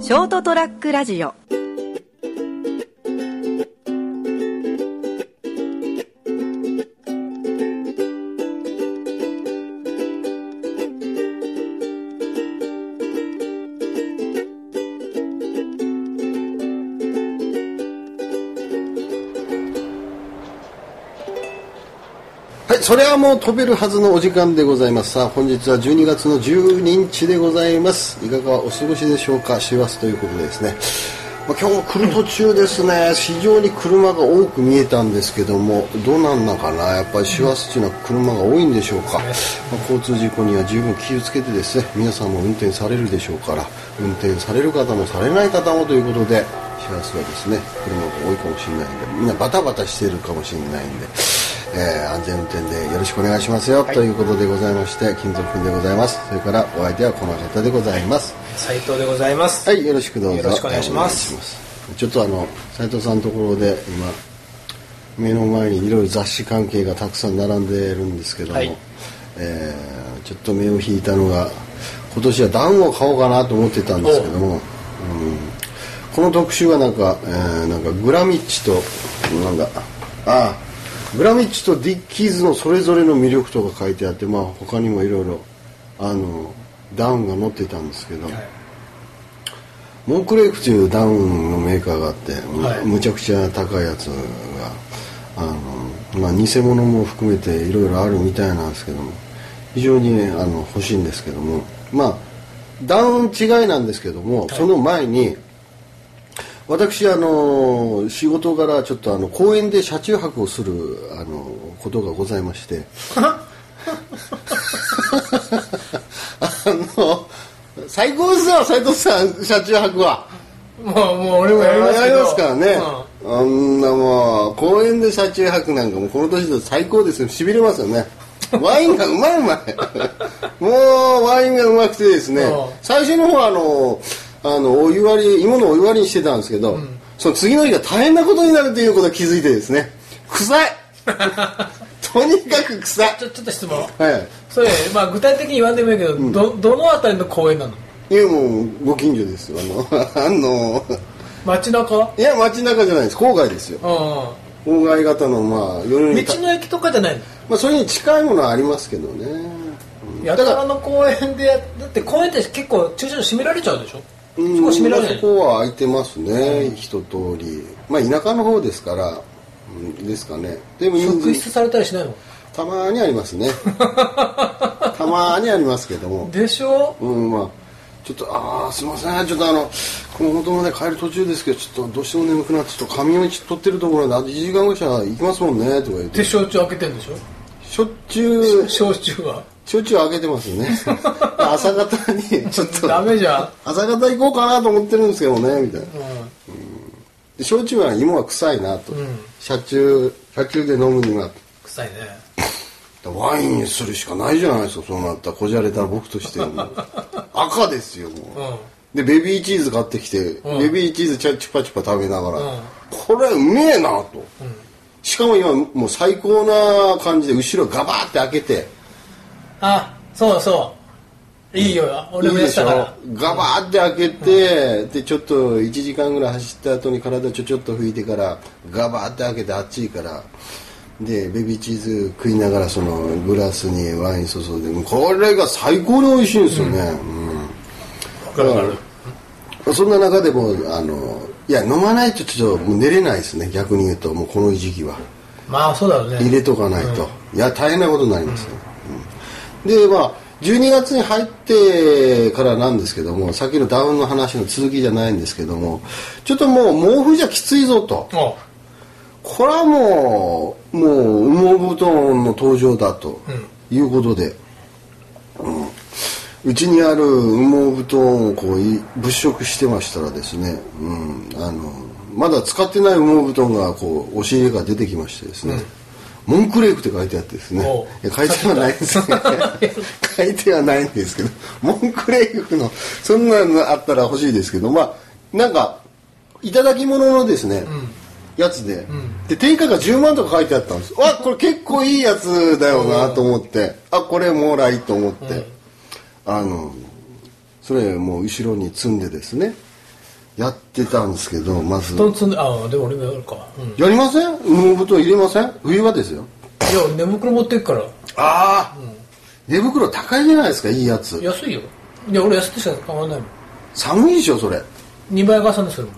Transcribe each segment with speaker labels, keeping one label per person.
Speaker 1: ショートトラックラジオ
Speaker 2: はい、それはもう飛べるはずのお時間でございます。さあ、本日は12月の12日でございます。いかがお過ごしでしょうか、師走ということでですね。まあ、今日来る途中ですね、非常に車が多く見えたんですけども、どうなんのかな、やっぱり師走というのは車が多いんでしょうか、まあ交通事故には十分気をつけてですね、皆さんも運転されるでしょうから、運転される方もされない方もということで、師走はですね、車が多いかもしれないんで、みんなバタバタしてるかもしれないんで、えー安全運転でよろしくお願いしますよ、ということでございまして金属君でございますそれからお相手はこの方でございます
Speaker 3: 斉藤でございます。
Speaker 2: はいよろしくどうぞ
Speaker 3: よろしくお願いします
Speaker 2: お願いしちょっとあの斉藤さんのところで今目の前にいろいろ雑誌関係がたくさん並んでるんですけども、
Speaker 3: はい
Speaker 2: えーちょっと目を引いたのが今年はダウンを買おうかなと思ってたんですけども、うん、この特集はなんか,、えーなんかグラミッチとなんだああグラミッチとディッキーズのそれぞれの魅力とか書いてあって、まあ、他にもいろいろあのダウンが載ってたんですけど、モークレイクというダウンのメーカーがあって、
Speaker 3: はい
Speaker 2: むちゃくちゃ高いやつがあの、まあ、偽物も含めていろいろあるみたいなんですけども非常に、ね、あの欲しいんですけどもまあダウン違いなんですけども、その前に私あの仕事柄ちょっとあの公園で車中泊をするあのことがございまして あの最高ですよ斉藤さん車中泊は。
Speaker 3: もう、もう俺もや
Speaker 2: やり
Speaker 3: りますけど。
Speaker 2: ますからね、
Speaker 3: う
Speaker 2: あんなもう公園で車中泊なんかもうこの年で最高ですよしびれますよねワインがうまいうまいもうワインがうまくてですね
Speaker 3: うん
Speaker 2: 最初の方はあのあのお湯割り芋のお湯割りにしてたんですけど、その次の日が大変なことになるということに気づいてですね 臭いとにかく臭い
Speaker 3: んちょ、ちょっと質問。
Speaker 2: はい
Speaker 3: それ、まあ具体的に言わんでもいいけど、ど、どのあたりの公園なの
Speaker 2: いやもうご近所ですよあの あの
Speaker 3: 街中うんうん。
Speaker 2: いや街中じゃないです郊外ですよ
Speaker 3: 道
Speaker 2: 郊外型のまあ夜に
Speaker 3: の駅とかじゃないの
Speaker 2: まあ、それに近いものはありますけどね、うん
Speaker 3: や
Speaker 2: だ
Speaker 3: た
Speaker 2: からら
Speaker 3: の公園でや、だって公園って結構駐車場閉められちゃうでしょ
Speaker 2: うん
Speaker 3: そこ閉められ
Speaker 2: ま
Speaker 3: な
Speaker 2: あ
Speaker 3: い
Speaker 2: そこは空いてますね、一通りまあ田舎の方ですから、うん、ですかねでも人
Speaker 3: 職質
Speaker 2: 数
Speaker 3: されたりしないの
Speaker 2: たまにありますね たまにありますけども
Speaker 3: でしょ
Speaker 2: うんまあちょっとああすいませんちょっとあの熊本まで帰る途中ですけどちょっとどうしても眠くなってちょっと仮眠を取ってるところであと1時間後じゃ行きますもんねとか言って
Speaker 3: で、焼酎開けてんでしょ
Speaker 2: しょっちゅう
Speaker 3: 焼酎は。
Speaker 2: しょっちゅう開けてます ね朝方にちょっと
Speaker 3: ダメじゃん。
Speaker 2: 朝方行こうかなと思ってるんですけどねみたいなで焼酎は芋は臭いなと、車中車中で飲むには
Speaker 3: 臭いね。
Speaker 2: ワインにするしかないじゃないですかそうなったらこじゃれた僕としては もう赤ですよ
Speaker 3: う
Speaker 2: も
Speaker 3: ん。
Speaker 2: うでベビーチーズ買ってきて、
Speaker 3: うん
Speaker 2: ベビーチーズチャチュパチュパ食べながら、
Speaker 3: うん
Speaker 2: これうめえなと、しかも今もう最高な感じで後ろガバーって開けて
Speaker 3: あ、そうそう。いいよ。俺もやってたから。
Speaker 2: いいでしょガバーって開けて、でちょっと1時間ぐらい走った後に体ちょちょっと拭いてからガバーって開けて暑いからでベビーチーズ食いながらそのグラスにワイン注いでもうこれが最高に美味しいんですよね、うん
Speaker 3: かるわかる
Speaker 2: そんな中でもあのいや飲まないとちょっともう寝れないですね逆に言うともうこの時期は。
Speaker 3: まあそうだろうね。
Speaker 2: 入れとかないと、いや大変なことになりますよ、うんでまあ12月に入ってからなんですけどもさっきのダウンの話の続きじゃないんですけどもちょっともう毛布じゃきついぞと
Speaker 3: お
Speaker 2: これはもうもう羽毛布団の登場だということで、うちにある羽毛布団をこうい物色してましたらですね、うん、あのまだ使ってない羽毛布団がこう押し入れから出てきましてですね、モンクレークって書いてあってですね
Speaker 3: おう
Speaker 2: いや書いてはないですね 書いてはないんですけどモンクレークのそんなのあったら欲しいですけどまあなんかいただき物のですね、やつで,、で定価が10万とか書いてあったんですわこれ結構いいやつだよなと思ってあこれもらいと思って、あのそれもう後ろに積んでですねやってたんですけど、まず
Speaker 3: 布。団積んでああでも俺もやるか、うん、い
Speaker 2: やりません羽毛布団入れません冬場ですよ。
Speaker 3: や寝袋持ってくから
Speaker 2: ああ、寝袋高いじゃないですか、いいやつ。
Speaker 3: 安いよいや俺安くしか買わないもん
Speaker 2: 寒いでしょ、それ。あ
Speaker 3: 2倍重ねする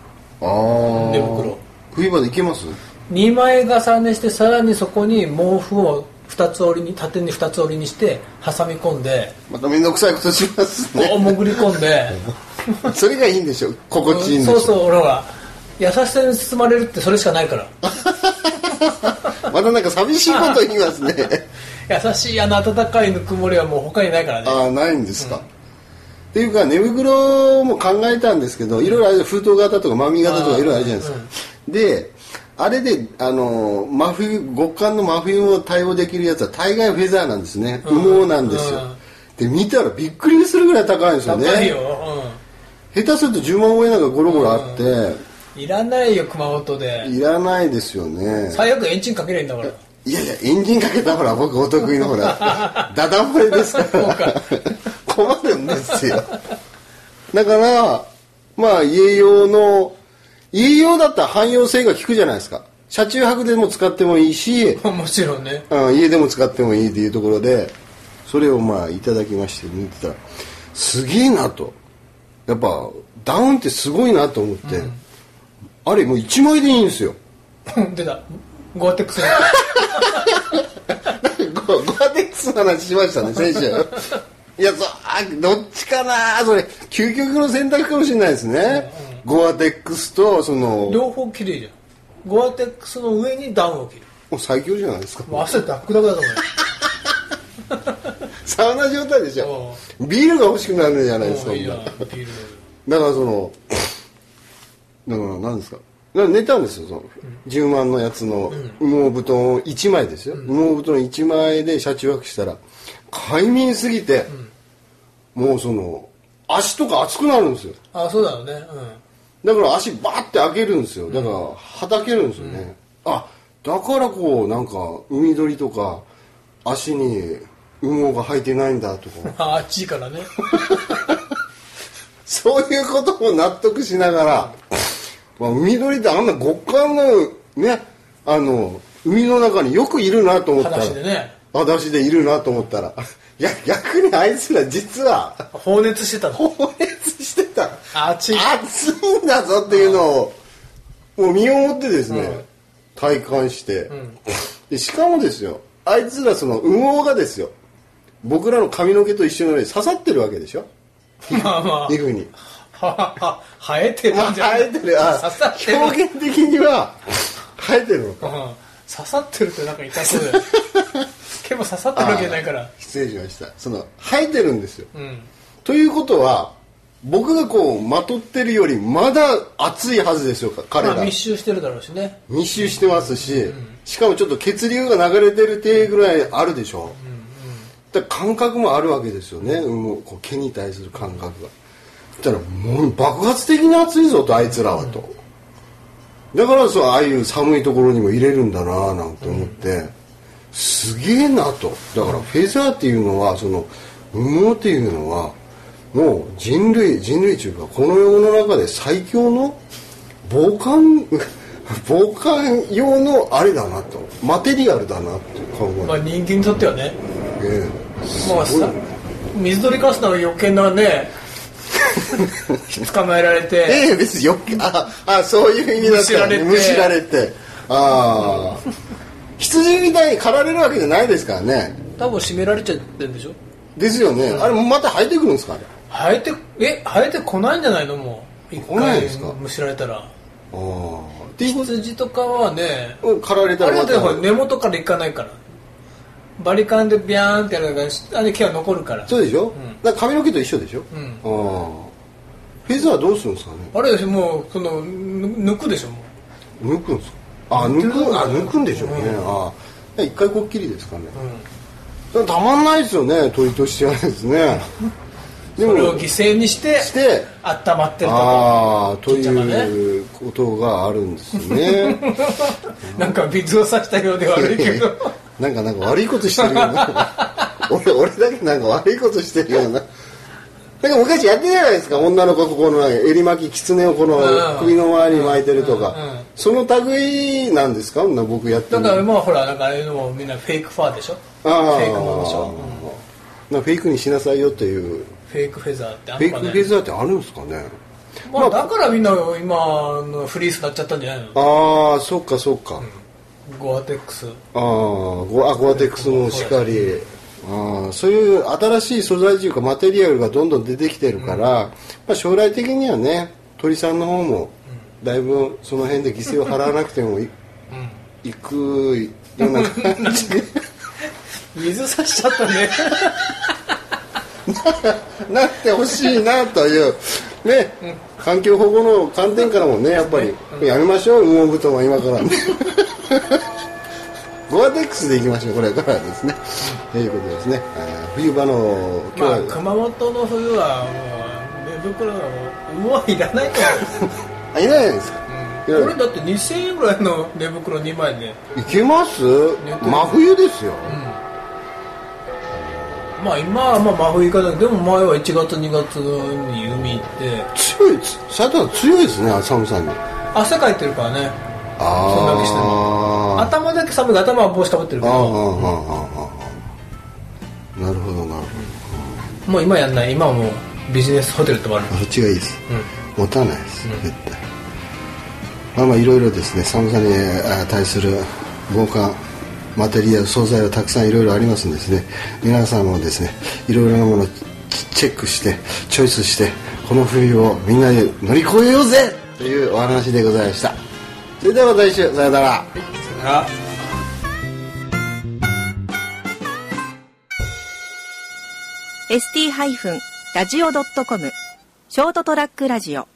Speaker 3: もん
Speaker 2: あー。
Speaker 3: 寝袋
Speaker 2: 冬場でいけます
Speaker 3: 2枚重ねしてさらにそこに毛布を二つ折りに縦に2つ折りにして挟み込んで
Speaker 2: まためんどくさいことします
Speaker 3: こう
Speaker 2: ね。
Speaker 3: 潜り込んで
Speaker 2: それがいいんでしょ。心地いいんでしょ。
Speaker 3: そうそう俺は優しさに包まれるってそれしかないから
Speaker 2: またなんか寂しいこと言いますね。
Speaker 3: 優しいあの温かいぬくもりはもう他にないからね
Speaker 2: ああ、ないんですか。っていうか、寝袋も考えたんですけど、いろいろある封筒型とかマミ型とかいろいろあるじゃないですか。で、あれで、あの、真冬、極寒の真冬も対応できるやつは大概フェザーなんですね。羽毛なんですよ
Speaker 3: うん。
Speaker 2: で、見たらびっくりするぐらい高いんですよね。
Speaker 3: 高いよ、
Speaker 2: 下手すると10万円なんかゴロゴロあって、
Speaker 3: うん、いらないよ熊本で
Speaker 2: いらないですよね。
Speaker 3: 最悪エンジンかけりゃいいんだから
Speaker 2: いやいや、エンジンかけたほら、僕お得意のほ ら、ダダ漏れですか
Speaker 3: そう
Speaker 2: ら
Speaker 3: か、
Speaker 2: 困るんですよ。だから、まあ、家用の、家用だったら汎用性が効くじゃないですか。車中泊でも使ってもいいし、
Speaker 3: もちろんね
Speaker 2: うん家でも使ってもいいっていうところで、それをまあ、いただきまして、見てたら、すげえなと。やっぱ、ダウンってすごいなと思って、あれ、もう1枚でいいんですよ。
Speaker 3: 出たゴアテックス
Speaker 2: ゴゴアテックスの話しましたね先週いやそあどっちかなそれ究極の選択かもしれないですね、ゴアテックスとその
Speaker 3: 両方綺麗じゃんゴアテックスの上にダウンを着る
Speaker 2: お最強じゃないですか
Speaker 3: もう汗ダックダクだと思うよ
Speaker 2: サウナ状態でしょビールが欲しくなるんじゃないですか
Speaker 3: もういいな
Speaker 2: ほんなら
Speaker 3: ビール
Speaker 2: だからそのだから何ですかだから寝たんですよその10万のやつの羽毛布団を1枚ですよ、羽毛布団1枚で車中泊したら快眠すぎて、もうその足とか熱くなるんですよ
Speaker 3: あそうだよねう
Speaker 2: だ
Speaker 3: ん
Speaker 2: から足バーって開けるんですよだからはたけるんですよね、あだからこうなんか海鳥とか足に羽毛が生えてないんだとか
Speaker 3: ああっちいからね
Speaker 2: そういうことも納得しながら、まあ、海鳥ってあんな極寒のねあの海の中によくいるなと思ったら
Speaker 3: 裸足でね
Speaker 2: 裸足でいるなと思ったら いや逆にあいつら実は
Speaker 3: 放熱してた の
Speaker 2: 放熱してた
Speaker 3: 熱い
Speaker 2: 暑いんだぞっていうのをもう身をもってですね、体感して、でしかもですよあいつらその羽毛がですよ僕らの髪の毛と一緒のように刺さってるわけでしょ
Speaker 3: まあまあ
Speaker 2: 皮膚に
Speaker 3: ははは生えて
Speaker 2: ま
Speaker 3: る
Speaker 2: あ
Speaker 3: んじゃない
Speaker 2: 生えてるあ
Speaker 3: 刺さってる
Speaker 2: 表現的には生えてるの
Speaker 3: うん
Speaker 2: か
Speaker 3: 刺さってるってなんか痛そうだ よ毛も刺さってるわけないから
Speaker 2: 失礼しましたその生えてるんですよ
Speaker 3: うん
Speaker 2: ということは僕がこうまとってるよりまだ暑いはずですよか彼ら、
Speaker 3: まあ密集してるだろうしね
Speaker 2: 密集してますし、しかもちょっと血流が流れてる手ぐらいあるでしょ、だから感覚もあるわけですよね、もうこう毛に対する感覚がそしたらもう爆発的に暑いぞとあいつらはと、だからそうああいう寒いところにも入れるんだななんて思って、すげえなとだからフェザーっていうのはその羽毛っていうのはもう人類人類というかこの世の中で最強の防寒 防寒用のあれだなとマテリアルだなって考
Speaker 3: まあ人間にとってはね
Speaker 2: えて、
Speaker 3: まあ
Speaker 2: すごい
Speaker 3: さ水鳥カスなら余計なね捕まえられて
Speaker 2: ええ別によくああそういう意味だったらね
Speaker 3: む
Speaker 2: む
Speaker 3: し
Speaker 2: し
Speaker 3: ら
Speaker 2: ら
Speaker 3: れ
Speaker 2: れてあ あ羊みたいに狩られるわけじゃないですからね
Speaker 3: 多分締められちゃってるんでしょ
Speaker 2: ですよね、あれまた生えてくるんですかね
Speaker 3: 生えてえ生えてこないんじゃないのもう一
Speaker 2: 来ないですか
Speaker 3: 回むしられたら
Speaker 2: ああっていうこ
Speaker 3: 羊とかはね
Speaker 2: と狩られた
Speaker 3: あ
Speaker 2: ら
Speaker 3: れ
Speaker 2: ま
Speaker 3: だってほら
Speaker 2: た
Speaker 3: 根元からいかないからバリカンでビャーンってやるからあれ毛は残るから
Speaker 2: そうでしょ、だから髪の毛と一緒でしょ、
Speaker 3: ん
Speaker 2: ああフェザーどうするんですかね
Speaker 3: あれでしょもうそのぬ抜くでしょも
Speaker 2: 抜くんですかあ抜
Speaker 3: 抜く
Speaker 2: くあ抜くんでしょうね、
Speaker 3: うん
Speaker 2: ああ一回こっきりですかね、
Speaker 3: う、うん、
Speaker 2: だからたまんないですよね鳥としてはです ねで
Speaker 3: それを犠牲にして
Speaker 2: して
Speaker 3: 温まってるとか
Speaker 2: ああと
Speaker 3: 金ちゃんがね
Speaker 2: いうことがあるんですね
Speaker 3: なんか水を差したようで悪いけど
Speaker 2: なん かなんか悪いことしてるような俺俺だけなんか悪いことしてるようななんか昔やってたじゃないですか女の子ここの襟巻き狐をこの
Speaker 3: うん
Speaker 2: 首の周りに巻いてるとか、
Speaker 3: うんうん
Speaker 2: その類なんですか女僕やって
Speaker 3: だ
Speaker 2: る
Speaker 3: からまあほらなんかああいうのもみんなフェイクファーでしょフ
Speaker 2: ああ
Speaker 3: ェイクものでしょ、うん
Speaker 2: なフェイクにしなさいよという
Speaker 3: フェイクフェザーってあ
Speaker 2: フェ
Speaker 3: ん
Speaker 2: イ
Speaker 3: の
Speaker 2: ク
Speaker 3: か
Speaker 2: フ
Speaker 3: ね
Speaker 2: ェザーってあるんですかね
Speaker 3: まあ、だからみんな今のフリースなっちゃったんじゃないの
Speaker 2: ああそっかそっか、
Speaker 3: ゴアテックス
Speaker 2: ああゴアゴアテックスもしっかりああそういう新しい素材というかマテリアルがどんどん出てきてるから、まあ、将来的にはね鳥さんの方もだいぶその辺で犠牲を払わなくてもいいくような感じで
Speaker 3: 水差しちゃっ たね
Speaker 2: なってほしいなというね、環境保護の観点からもねやっぱり、やめましょう羽毛布団は今から ゴアテックスでいきましょうこれからですね、ということですねあー冬場の今日
Speaker 3: ま
Speaker 2: は
Speaker 3: あ熊本の冬はもう寝袋は羽毛はいらないと思う
Speaker 2: あいないですか、
Speaker 3: これだって2000円ぐらいの寝袋2枚で、
Speaker 2: いけます
Speaker 3: 寝てる
Speaker 2: 真冬ですよ、
Speaker 3: まあ今はまあ真冬行かないでも前は1月2月に海行って
Speaker 2: 強いつ佐藤は強いですね寒さに
Speaker 3: 汗かいてるからね
Speaker 2: あ
Speaker 3: そんなわけしてない
Speaker 2: あー
Speaker 3: 頭だけ寒い頭は帽子かぶってるけ
Speaker 2: あーあー
Speaker 3: ど
Speaker 2: あーあーなるほどなるほ
Speaker 3: もう今やんない今はもうビジネスホテル泊まる
Speaker 2: どあそっちがいいです、
Speaker 3: うん
Speaker 2: 持たないです、絶対まあまあいろいろですね寒さにあー対する防寒マテリアル素材はたくさんいろいろありますんでですね皆さんもですねいろいろなものをチチェックしてチョイスしてこの冬をみんなで乗り越えようぜというお話でございましたそれではまた来週さよなら
Speaker 3: さよなら
Speaker 1: ST-radio.com ショートトラックラジオ